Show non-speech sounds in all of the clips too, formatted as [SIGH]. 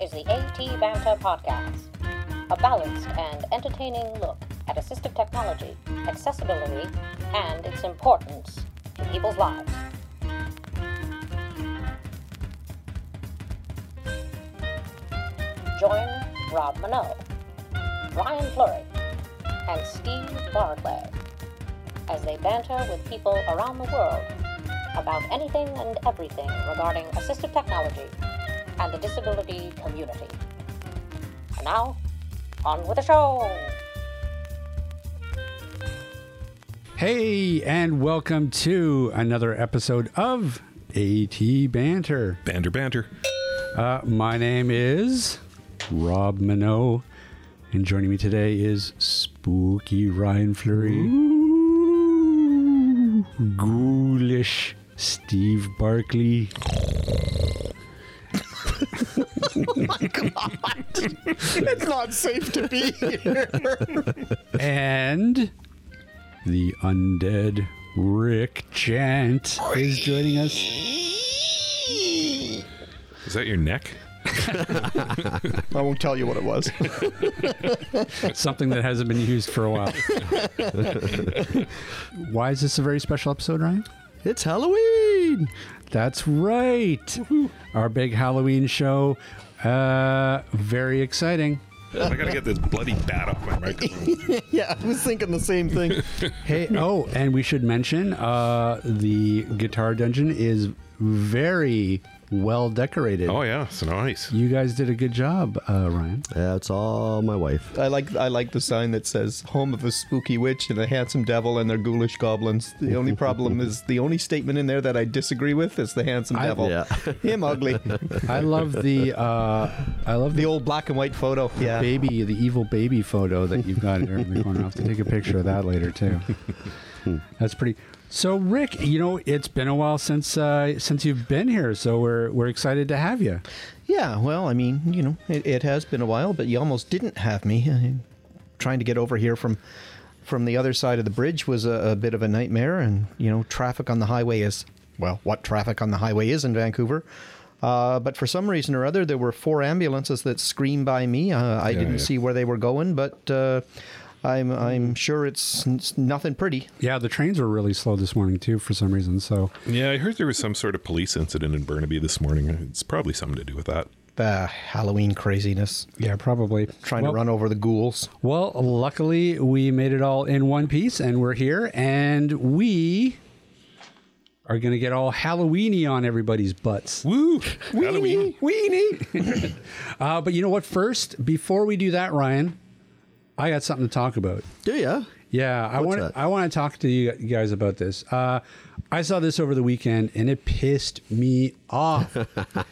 is the AT Banter Podcast, a balanced and entertaining look at assistive technology, accessibility, and its importance to people's lives. Join Rob Minot, Ryan Flurry, and Steve Barclay as they banter with people around the world about anything and everything regarding assistive technology and the disability community. And now, on with the show! Hey, and welcome to another episode of AT Banter. Banter, banter. Uh, my name is Rob Minot, and joining me today is spooky Ryan Fleury, ghoulish Steve Barkley, It's not safe to be here. and the undead Rick Chant is joining us. Is that your neck? I won't tell you what it was. Something that hasn't been used for a while. [LAUGHS] Why is this a very special episode, Ryan? It's Halloween. That's right. Our big Halloween show. Uh, very exciting. I gotta get this bloody bat off my microphone. [LAUGHS] yeah, I was thinking the same thing. [LAUGHS] Hey, oh, and we should mention uh, the guitar dungeon is very well decorated. [LAUGHS] Oh yeah, it's nice. You guys did a good job, uh, [LAUGHS] Ryan. That's all my wife. I like I like the sign that says "Home of a spooky witch and a handsome devil and their ghoulish goblins." The only problem is the only statement in there that I disagree with is the handsome I- devil. Yeah. [LAUGHS] Him ugly. I love the uh, I love the the old black and white photo. Yeah. baby, the evil baby photo that you've got there in the corner. I'll have to take a picture of that later too. Hmm. That's pretty. So, Rick, you know it's been a while since uh, since you've been here, so we're we're excited to have you. Yeah. Well, I mean, you know, it, it has been a while, but you almost didn't have me. [LAUGHS] I, trying to get over here from from the other side of the bridge was a, a bit of a nightmare, and you know, traffic on the highway is well, what traffic on the highway is in Vancouver. Uh, but for some reason or other, there were four ambulances that screamed by me. Uh, I didn't yeah. see where they were going, but uh, I'm I'm sure it's, n- it's nothing pretty. Yeah, the trains were really slow this morning too for some reason. So Yeah, I heard there was some sort of police incident in Burnaby this morning. It's probably something to do with that. The Halloween craziness, yeah, probably trying well, to run over the ghouls. Well, luckily we made it all in one piece, and we're here, and we are gonna get all Halloweeny on everybody's butts. Woo! Halloween. Weenie. [LAUGHS] uh, but you know what? First, before we do that, Ryan, I got something to talk about. Do ya? Yeah, I want that? I want to talk to you guys about this. Uh, I saw this over the weekend, and it pissed me off.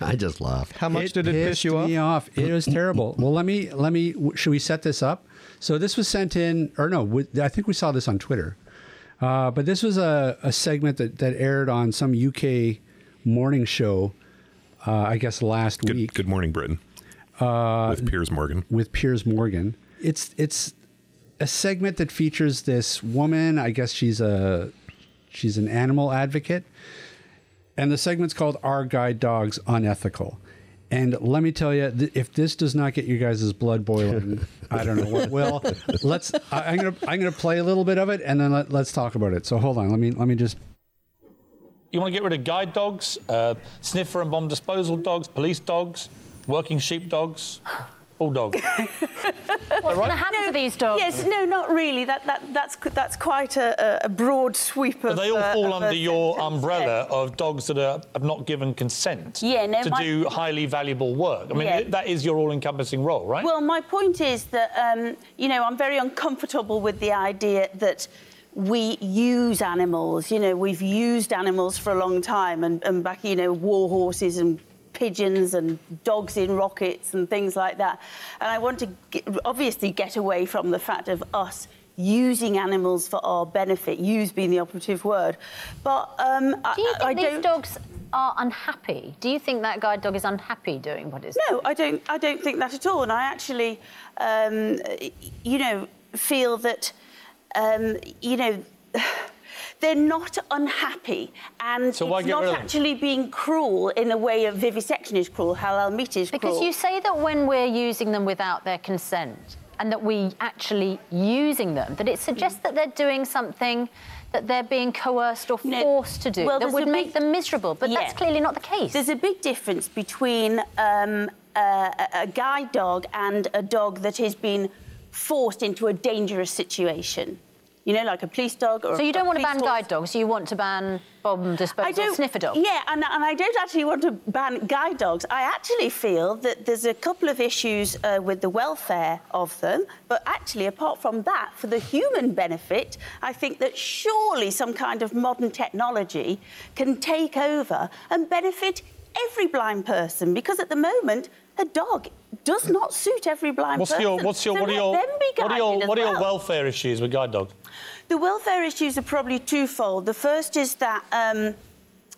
I just laughed. How much did it piss pissed you off? me off. It was terrible. well, let me let me. w- Should we set this up? So this was sent in, or no? w- I think we saw this on Twitter. Uh, but this was a, a segment that, that aired on some UK morning show, uh, I guess last week Good, good morning, Britain. Uh, with Piers Morgan. with Piers Morgan. It's it's a segment that features this woman. I guess she's a she's an animal advocate, and the segment's called "Our Guide Dogs Unethical." And let me tell you, th- if this does not get you guys' blood [LAUGHS] boiling, I don't know what will. Let's. I, I'm gonna I'm gonna play a little bit of it, and then let, let's talk about it. So hold on. Let me let me just You want to get rid of guide dogs, uh, sniffer and bomb disposal dogs, police dogs, working sheep dogs, all [LAUGHS] dogs. What happens to these dogs? Yes, no, not really. That, that, that's, qu- that's quite a, a- a broad sweep But of. they all uh, fall of a under your sentence. umbrella of dogs that are, have not given consent Yeah, no, to my- do highly valuable work. I mean, Yeah. that is your all-encompassing role, right? Well, my point is that, um, you know, I'm very uncomfortable with the idea that we use animals. You know, we've used animals for a long time, and, and back, you know, war horses and pigeons and dogs in rockets and things like that. And I want to get, obviously get away from the fact of us using animals for our benefit, use being the operative word. But Do um, you I, think I these don't... dogs are unhappy? Do you think that guide dog is unhappy doing what it's No, I don't. I don't think that at all. And I actually, um, you know, feel that, um, you know, [SIGHS] They're not unhappy, and So why it's get not rid of them? actually being cruel in the way of vivisection is cruel, halal meat is cruel. Because you say that when we're using them without their consent and that we actually using them, that it suggests that they're doing something that they're being coerced or No. forced to do Well, that there's would a make big- them miserable. But Yeah. that's clearly not the case. There's a big difference between um, a, a- a guide dog and a dog that has been forced into a dangerous situation. You know, like a police dog or. so you a don't want to police ban horse. guide dogs. You want to ban bomb disposal I don't, sniffer dogs. Yeah, and, and I don't actually want to ban guide dogs. I actually feel that there's a couple of issues uh, with the welfare of them, but actually, apart from that, for the human benefit, I think that surely some kind of modern technology can take over and benefit every blind person because at the moment, a dog does not suit every blind What's person. your what's your So what are let your them be what are your guided as what are your well. welfare issues with guide dogs? The welfare issues are probably twofold. The first is that um,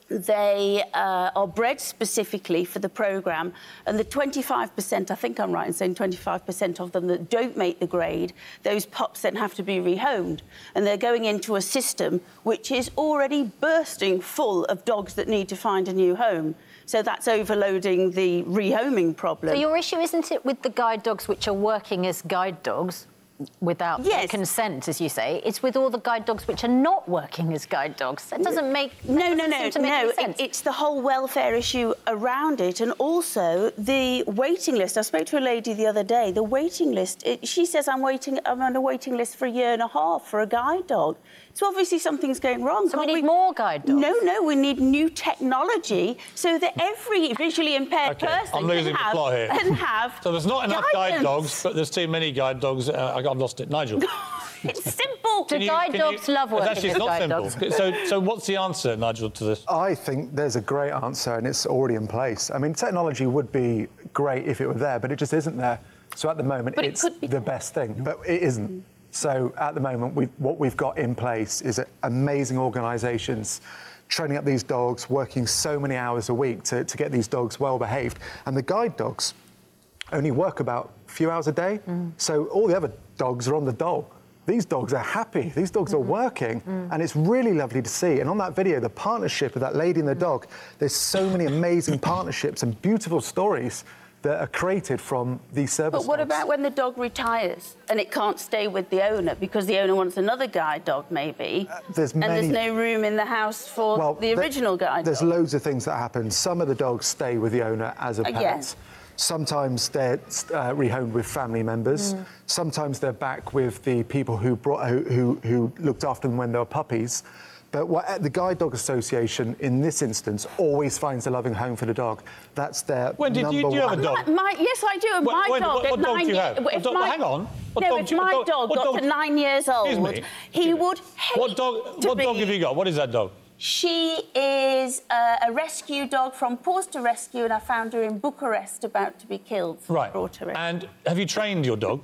they uh, are bred specifically for the programme, and the 25%, I think I'm right in saying 25% of them that don't make the grade, those pups then have to be rehomed. And they're going into a system which is already bursting full of dogs that need to find a new home. So that's overloading the rehoming problem. So your issue isn't it with the guide dogs which are working as guide dogs without Yes. consent, as you say. It's with all the guide dogs which are not working as guide dogs. That doesn't make that No, no, doesn't no, seem to make no. any it- sense. it's the whole welfare issue around it, and also the waiting list. I spoke to a lady the other day. The waiting list. It, she says I'm waiting. I'm on a waiting list for a year and a half for a guide dog. So obviously something's going wrong. So we Can't need more guide dogs? No, no. We need new technology so that every visually impaired Okay, person I'm losing can, the have, plot here. can have. So there's not enough guide guidance. dogs, but there's too many guide dogs. Uh, I- I've lost it, [LAUGHS] Nigel. it's simple. Do guide dogs love It's working Actually, as it's not guide simple. dogs? So, so what's the answer, Nigel, to this? I think there's a great answer and it's already in place. I mean, technology would be great if it were there, but it just isn't there. So at the moment, But it it's could be the best thing, but it isn't. So at the moment, we what we've got in place is amazing organisations training up these dogs, working so many hours a week to, to get these dogs well behaved. And the guide dogs only work about a few hours a day. Mm. So all the other dogs are on the dole. These dogs are happy. These dogs are Mm-hmm. working. Mm. And it's really lovely to see. And on that video, the partnership of that lady and Mm. the dog, there's so many amazing [LAUGHS] partnerships and beautiful stories that are created from these services. But what about when the dog retires and it can't stay with the owner because the owner wants another guide dog, maybe? Uh, there's and there's many- no room in the house for the there- original guide There's dog. loads of things that happen. Some of the dogs stay with the owner as a Uh, pet. yes. Sometimes they're uh, rehomed with family members. Sometimes they're back with the people who brought who, who, who looked after them when they were puppies. But what, the Guide Dog Association, in this instance, always finds a loving home for the dog. That's their When did you- number do you have a one- dog? But my, yes, I do. And Wait, my wait, dog what- at what dog nine do you ye- have? if What dog- my- hang on. What no, dog if do you- my what dog- dog what got dog- to nine years old, Excuse me. he would hate What dog? to What be. dog have you got? What is that dog? She is uh, a rescue dog from Paws to Rescue, and I found her in Bucharest about to be killed. for Right. brought her in. And have you trained your dog?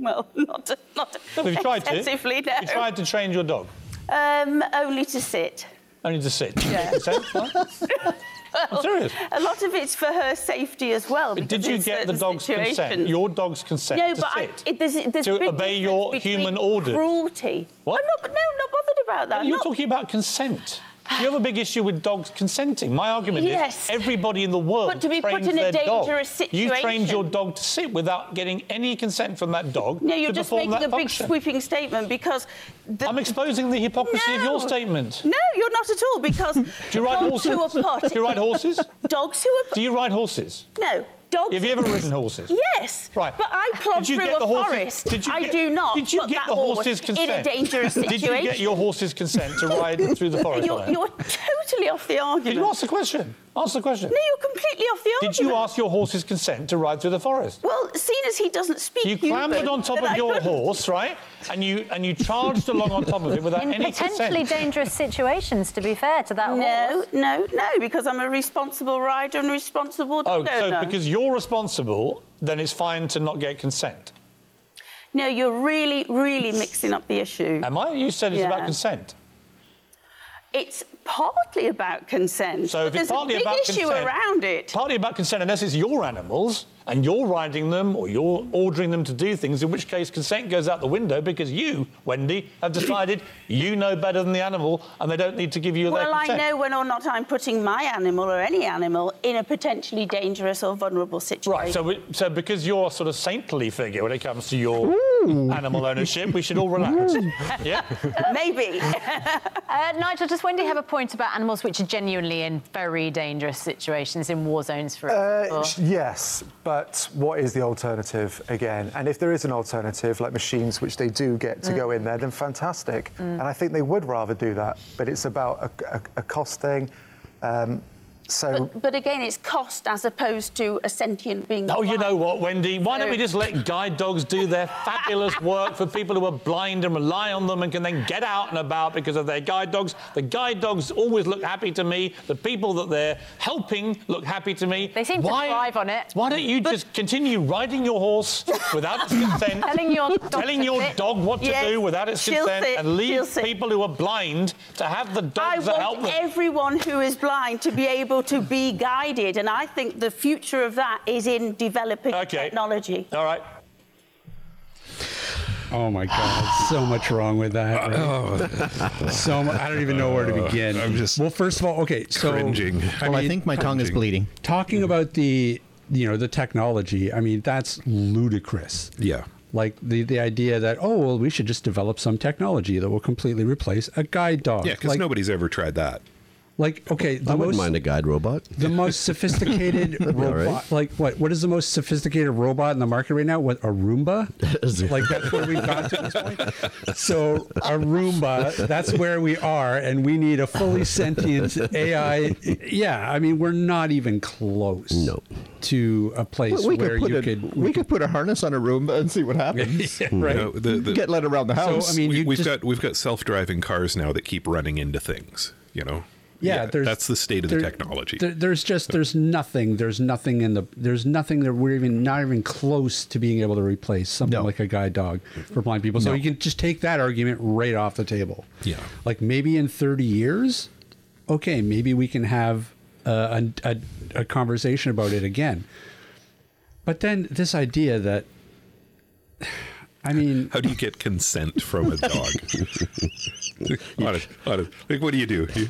well, [LAUGHS] not not Have you tried to? excessively, Have You no. tried to train your dog Um, only to sit. only to sit. Consent? What? [LAUGHS] I'm serious. A lot of it's for her safety as well. But because Did you in get the certain dog's consent? situations- Your dog's consent no, to but I, sit? it, there's, there's to a big obey your difference between human orders. Cruelty. What? I'm not, no, I'm not bothered about that. You're Not- talking about consent. You have a big issue with dogs consenting. My argument Yes. is everybody in the world But to be put trains in a their dog. dangerous You trained situation. your dog to sit without getting any consent from that dog. no, you're to just perform making a that big function. sweeping statement because. The, I'm exposing the hypocrisy of your No. statement. [LAUGHS] No, you're not at all because. [LAUGHS] Do you ride dogs horses? who are Do pot- you ride horses? [LAUGHS] Dogs who are. Do you ride horses? no, dogs. Have you [LAUGHS] ever ridden horses? Yes. Right. But I plod Did you through get a the horses- forest. did you I get- do not. Did you put get that the horse's horse consent? In a dangerous situation. Did you get your horse's consent to ride through the forest? [LAUGHS] You're, on it? you're totally off the argument. Did you ask the question? Answer the question. No, you're completely off the argument. Did you ask your horse's consent to ride through the forest? Well, seeing as he doesn't speak, You clambered Hebrew, on top then of I your couldn't. horse, right? And you and you charged along on top of it without In any potentially consent. dangerous situations, to be fair to that [LAUGHS] No, horse. no, no, because I'm a responsible rider and responsible Oh, dog so owner. because you're responsible, then it's fine to not get consent. No, Uh, you're really, really mixing up the issue. Am I? You said it's Yeah. about consent. It's partly about consent. So but if there's it's partly a big about issue consent, around it. Partly about consent, unless it's your animals and you're riding them or you're ordering them to do things, in which case consent goes out the window because you, Wendy, have decided you know better than the animal and they don't need to give you well, their I consent. know when or not I'm putting my animal or any animal in a potentially dangerous or vulnerable situation. Right, so, we, so because you're a sort of saintly figure when it comes to your animal ownership, we should all relax. yeah? [LAUGHS] Maybe. Uh, Nigel, does Wendy have a point about animals which are genuinely in very dangerous situations in war zones, for example? Uh, sh- yes, but what is the alternative again? And if there is an alternative, like machines, which they do get to go in there, then fantastic. And I think they would rather do that, but it's about a, a, a cost thing. Um, so [LAUGHS] But again, it's cost as opposed to a sentient being. Oh, you know alive. what, Wendy? Why don't we So- just let guide dogs do their fabulous work for people who are blind and rely on them and can then get out and about because of their guide dogs? The guide dogs always look happy to me. The people that they're helping look happy to me. They seem to thrive on it. Why don't you just continue riding your horse without [LAUGHS] its consent? Telling your dog telling to your sit. dog what to Yes, do without its she'll consent sit, and she'll leave sit. people who are blind to have the I dogs that help want them. everyone who is blind to be able to be guided, and I think the future of that is in developing Okay. technology. All right. Oh my God, so much wrong with that. [LAUGHS] right? so mu- I don't even know where to begin. I'm just well. First of all, okay, so cringing. Well, I, think my tongue is bleeding. talking Mm-hmm. about the you know the technology. I mean, that's ludicrous. Yeah. Like the, the idea that oh well we should just develop some technology that will completely replace a guide dog. Yeah, because like, nobody's ever tried that. like okay, the I wouldn't most mind a guide robot. the most [LAUGHS] sophisticated all robot. right. Like what? What is the most sophisticated robot in the market right now? What a Roomba? like that's where we've got to at this point. So a Roomba. That's where we are, and we need a fully sentient AI. Yeah, I mean we're not even close. No. To a place we where could put you a, could. we could put a harness on a room and see what happens. Yeah, right. You know, the- the- Get led around the So, house. oh, I mean, we, you we've just- got we've got self-driving cars now that keep running into things. You know. yeah, there's that's the state of the there- technology. there- there's just there's nothing there's nothing in the there's nothing that we're even not even close to being able to replace something No. like a guide dog for blind people. So you can just take that argument right off the table. Yeah. like maybe in 30 years, okay, maybe we can have uh, a, a a conversation about it again. But then this idea that [SIGHS] I mean, How do you get consent from a [LAUGHS] dog? on a, on a, like, what do you do? You-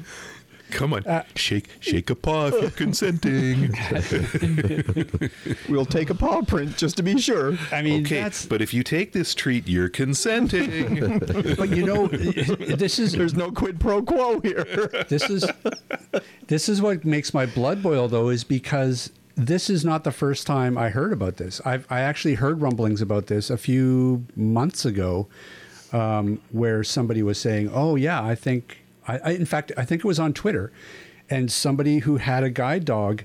come on, Uh, shake shake a paw if you're consenting. [LAUGHS] we'll take a paw print just to be sure. I mean okay, that's but if you take this treat, you're consenting. but you [LAUGHS] know this is [LAUGHS] There's no quid pro quo here. this is this is what makes my blood boil though is because this is not the first time I heard about this. I've I actually heard rumblings about this a few months ago, um, where somebody was saying, "Oh yeah, I think I, I in fact I think it was on Twitter, and somebody who had a guide dog,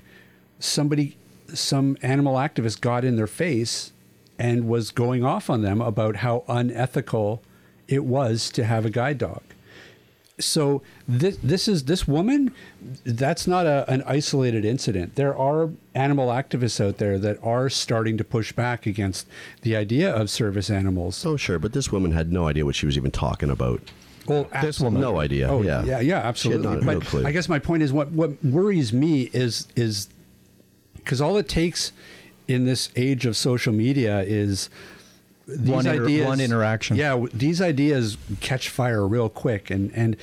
somebody some animal activist got in their face and was going off on them about how unethical it was to have a guide dog so this this is this woman that's not a, an isolated incident there are animal activists out there that are starting to push back against the idea of service animals Oh, sure, but this woman had no idea what she was even talking about. well This woman. No idea. oh yeah. yeah yeah, absolutely not- but no clue. i guess my point is what what worries me is is because all it takes in this age of social media is these One inter- ideas, one interaction. Yeah, w- these ideas catch fire real quick, and and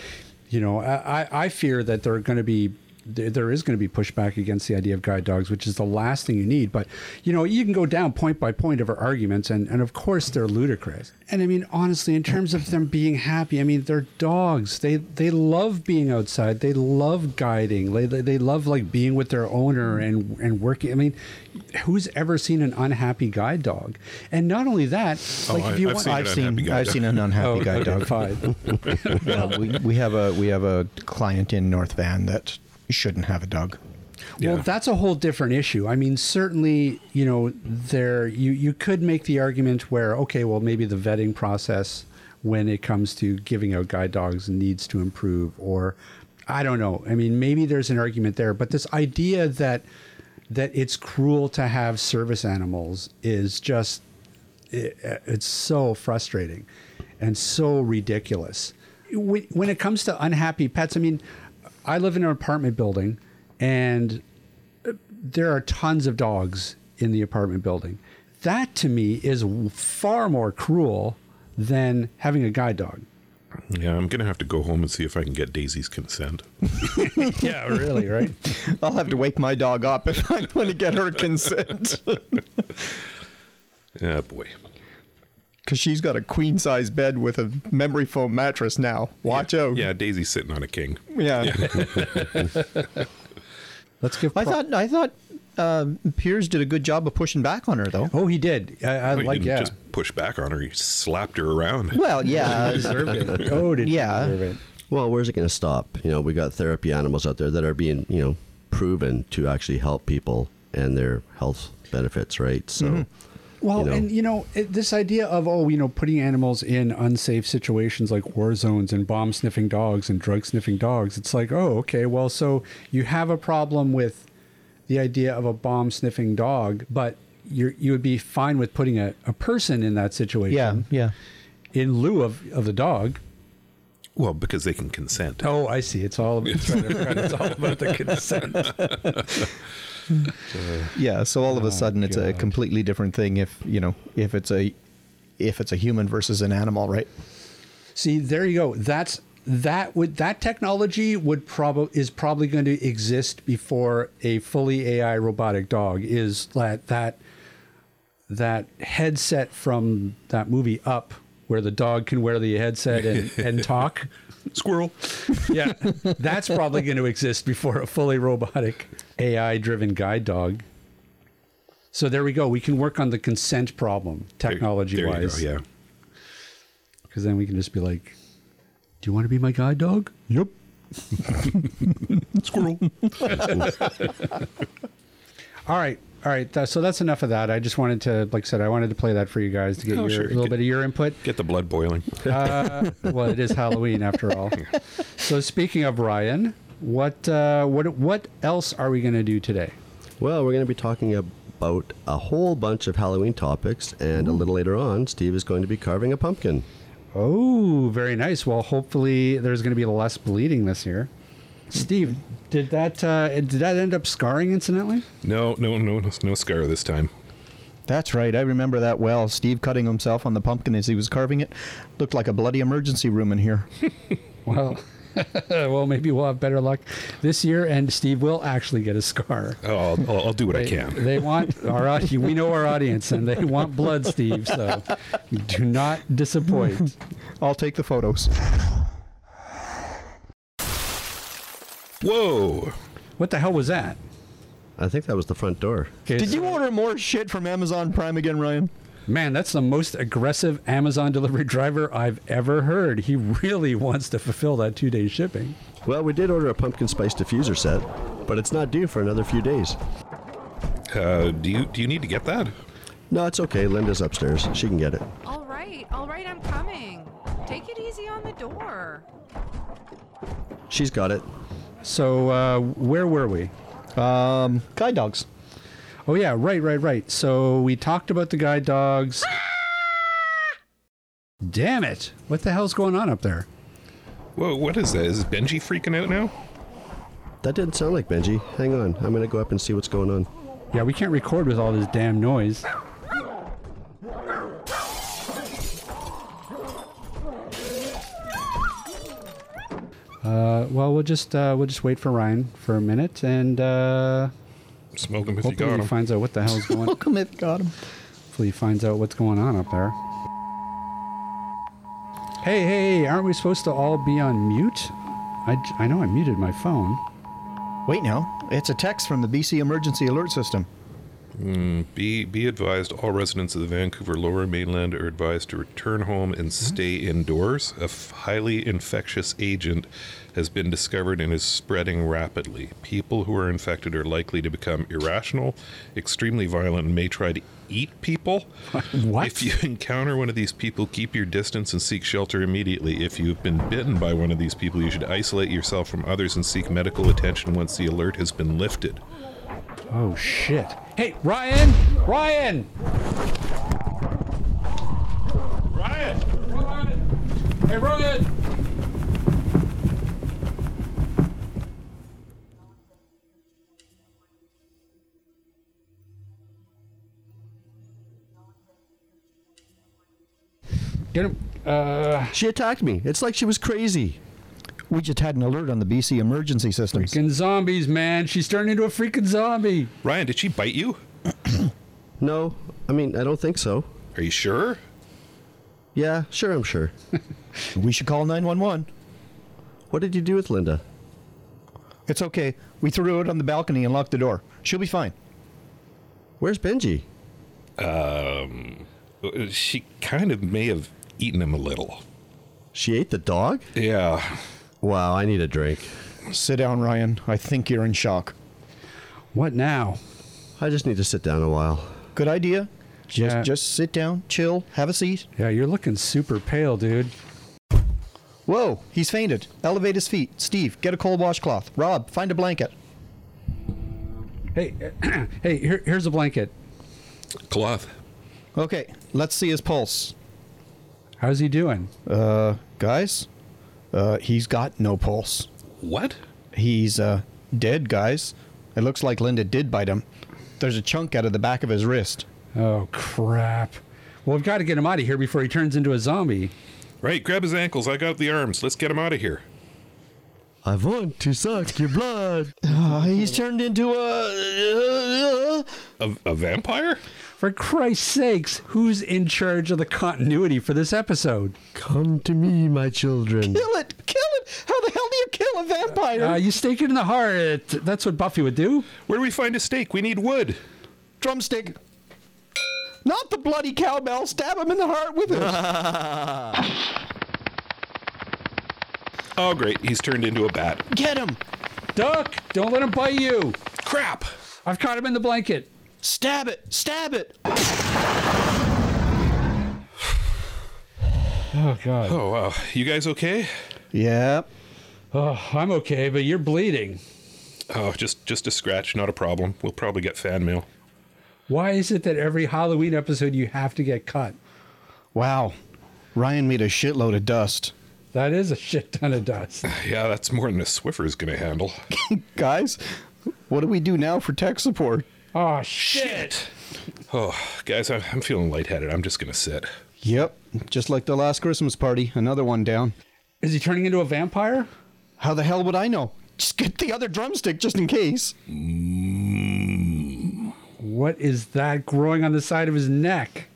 you know I I- I fear that there are going to be there there is going to be pushback against the idea of guide dogs, which is the last thing you need. But you know you can go down point by point of our arguments, and and of course they're ludicrous. And I mean honestly, in terms of them being happy, I mean they're dogs. They they love being outside. They love guiding. They they, they love like being with their owner and and working. I mean, who's ever seen an unhappy guide dog? And not only that, like Oh, I- if you I've want, seen it. I've unhappy seen guide I've dog. seen an unhappy Oh, guide okay, dog. [LAUGHS] fine. Well, we, we have a we have a client in North Van that shouldn't have a dog. Well, Yeah. that's a whole different issue. I mean, certainly, you know, there you you could make the argument where okay, well, maybe the vetting process when it comes to giving out guide dogs needs to improve, or I don't know. I mean, maybe there's an argument there, but this idea that that it's cruel to have service animals is uh, just it, it's so frustrating and so ridiculous. when when it comes to unhappy pets, I mean, I live in an apartment building, and uh, there are tons of dogs in the apartment building. That to me is w- far more cruel than having a guide dog. Yeah, I'm gonna have to go home and see if I can get Daisy's consent. Yeah, really, right? I'll have to wake my dog up if I [LAUGHS] want to get her consent. [LAUGHS] Yeah, Ah, boy. Because she's got a queen size bed with a memory foam mattress now. Watch out. Yeah, Daisy's sitting on a king. Yeah. [LAUGHS] Let's give. I pro- thought I thought um Piers did a good job of pushing back on her though. Oh, he did. I, I No, he like didn't yeah. just push back on her. He slapped her around. Well, yeah, Deserved it. [LAUGHS] Oh, did he Yeah. deserve it? Well, where's it going to stop? You know, we got therapy animals out there that are being, you know, proven to actually help people and their health benefits, right? So, Well, you know. and you know, it, this idea of oh, you know, putting animals in unsafe situations like war zones and bomb sniffing dogs and drug sniffing dogs, it's like, oh, okay, well, so you have a problem with the idea of a bomb sniffing dog, but you you would be fine with putting a, a person in that yeah, situation yeah. in lieu of, of the dog. Well, because they can consent. Oh, I see. It's all it's, right, I forgot. it's all about the consent. Yeah, so all of a sudden it's a completely different thing if, you know, if it's a if it's a human versus an animal, right? See, there you go. That's that would that technology would probably is probably going to exist before a fully AI robotic dog is that that that headset from that movie Up, where the dog can wear the headset and, and talk. [LAUGHS] Squirrel. Yeah, that's probably going to exist before a fully robotic AI driven guide dog. So there we go. We can work on the consent problem technology There you go, wise Yeah. because then we can just be like, "Do you want to be my guide dog?" [LAUGHS] Yep. Squirrel. [LAUGHS] All right, all right. Th- so that's enough of that. I just wanted to, like I said, I wanted to play that for you guys to get Oh, your, sure, a little good. bit of your input. Get the blood boiling. Uh, well, it is Halloween after [LAUGHS] all. So speaking of Ryan, what uh, what what else are we going to do today? well, we're going to be talking about a whole bunch of Halloween topics, and a little later on, Steve is going to be carving a pumpkin. Oh, very nice. Well, hopefully there's going to be less bleeding this year. Steve, did that uh, did that end up scarring incidentally? No, no, no, no, no scar this time. That's right. I remember that well. Steve cutting himself on the pumpkin as he was carving it. Looked like a bloody emergency room in here. Well, [LAUGHS] well, maybe we'll have better luck this year, and Steve will actually get a scar. Oh, I'll, I'll, I'll do what I can. They want our audi- we know our audience, and they want blood, Steve. So do not disappoint. I'll take the photos. Whoa. What the hell was that? I think that was the front door. Okay, Did so- you order more shit from Amazon Prime again, Ryan? man, that's the most aggressive Amazon delivery driver I've ever heard. He really wants to fulfill that two day shipping. Well, we did order a pumpkin spice diffuser set, but it's not due for another few days. Uh, do you do you need to get that? No, it's okay. Linda's upstairs. She can get it. All right, all right, I'm coming. Take it easy on the door. She's got it. So uh, where were we? Um, guide dogs. Oh yeah, right, right, right. So we talked about the guide dogs. Ah! Damn it! What the hell's going on up there? Whoa, what is that? Is Benji freaking out now? That didn't sound like Benji. Hang on. I'm going to go up and see what's going on. Yeah, we can't record with all this damn noise. Uh, well, we'll just uh, we'll just wait for Ryan for a minute, and uh, Smoke him if you hopefully got he him. finds out what the hell's [LAUGHS] going. Look, it got him. hopefully he finds out what's going on up there. Hey, hey, hey, aren't we supposed to all be on mute? I, j- I know I muted my phone. Wait now. It's a text from the BC Emergency Alert System. Be be advised, all residents of the Vancouver Lower Mainland are advised to return home and stay indoors. A f- highly infectious agent has been discovered and is spreading rapidly. People who are infected are likely to become irrational, extremely violent, and may try to eat people. What? If you [LAUGHS] encounter one of these people, keep your distance and seek shelter immediately. If you've been bitten by one of these people, you should isolate yourself from others and seek medical attention once the alert has been lifted. Oh shit! Hey, Ryan, Ryan! Ryan! Ryan! Hey, Ryan! Get him. Uh, She attacked me. It's like she was crazy. We just had an alert on the BC emergency system. freaking zombies, man. She's turning into a freaking zombie. Ryan, did she bite you? No, I mean, I don't think so. Are you sure? Yeah, sure, I'm sure. We should call 911. What did you do with Linda? It's okay. We threw it on the balcony and locked the door. She'll be fine. Where's Benji? Uh, She kind of may have eaten him a little. She ate the dog? Yeah. Wow, I need a drink. Sit down, Ryan. I think you're in shock. What now? I just need to sit down a while. Good idea. Just Yeah. just sit down, chill, have a seat. Yeah, you're looking super pale, dude. Whoa, he's fainted. Elevate his feet. Steve, get a cold washcloth. Rob, find a blanket. Hey, [CLEARS THROAT] hey, here, here's a blanket. Cloth. Okay, let's see his pulse. How's he doing? Uh, guys, uh, he's got no pulse. What? He's uh dead, guys. It looks like Linda did bite him. There's a chunk out of the back of his wrist. Oh crap. Well, we've got to get him out of here before he turns into a zombie. Right, grab his ankles. I got the arms. Let's get him out of here. I want to suck your blood. Uh, [SIGHS] he's turned into a. A, a vampire? For Christ's sakes, who's in charge of the continuity for this episode? Come to me, my children. Kill it! Kill it! How the hell do you kill a vampire? Uh, you stake it in the heart. That's what Buffy would do. Where do we find a stake? We need wood. Drumstick. Not the bloody cowbell. Stab him in the heart with it. Oh, great. He's turned into a bat. Get him. Duck! Don't let him bite you. Crap! I've caught him in the blanket. Stab it. Stab it. Oh god. Oh, wow. You guys okay? Yeah. Oh, I'm okay, but you're bleeding. Oh, just just a scratch, not a problem. We'll probably get fan mail. Why is it that every Halloween episode you have to get cut? Wow. Ryan made a shitload of dust. That is a shit ton of dust. Yeah, that's more than a Swiffer's gonna handle. [SIGHS] Guys, what do we do now for tech support? Oh shit. Oh, guys, I'm, I'm feeling lightheaded. I'm just gonna sit. Yep. Just like the last Christmas party, another one down. Is he turning into a vampire? How the hell would I know? Just get the other drumstick just in case. What is that growing on the side of his neck?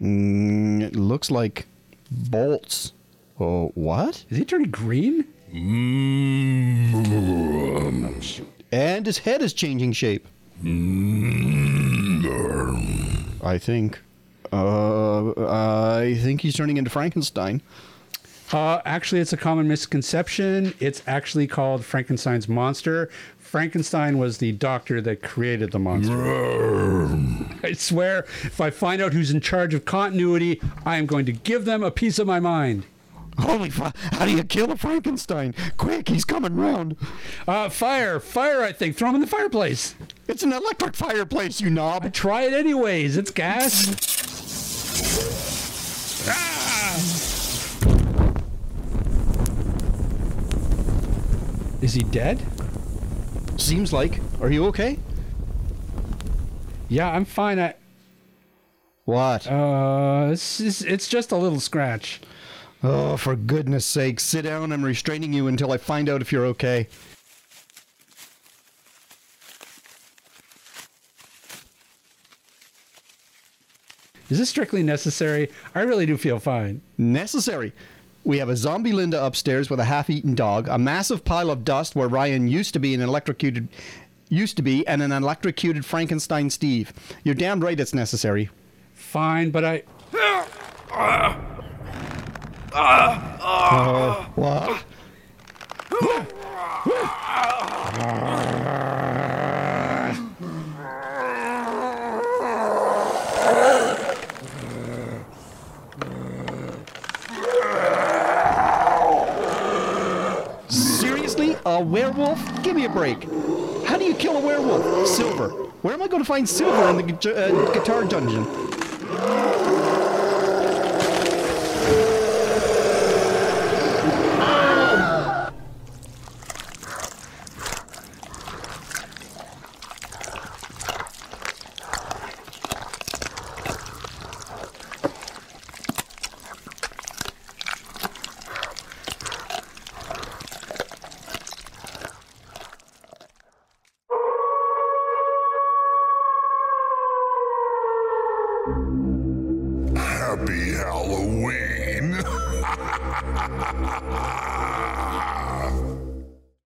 Mm, It looks like bolts. Oh, what? Is he turning green? And his head is changing shape. I think. Uh, I think he's turning into Frankenstein. Uh, actually, it's a common misconception. It's actually called Frankenstein's monster. Frankenstein was the doctor that created the Mm. monster. I swear, if I find out who's in charge of continuity, I am going to give them a piece of my mind. Holy fu- How do you kill a Frankenstein? Quick, he's coming round. Uh, fire, fire, I think. Throw him in the fireplace. It's an electric fireplace, you knob. Try it anyways. It's gas. Ah! Is he dead? Seems like. Are you okay? Yeah, I'm fine. I, What? uh, it's, it's, it's just a little scratch. oh, for goodness sake, sit down. I'm restraining you until I find out if you're okay. Is this strictly necessary? I really do feel fine. necessary. We have a zombie Linda upstairs with a half-eaten dog, a massive pile of dust where Ryan used to be an electrocuted used to be and an electrocuted Frankenstein Steve. You're damned right it's necessary. Fine, but I. What? Seriously? A werewolf? Give me a break. How do you kill a werewolf? Silver. Where am I going to find silver in the gu- uh, guitar dungeon? Happy Halloween!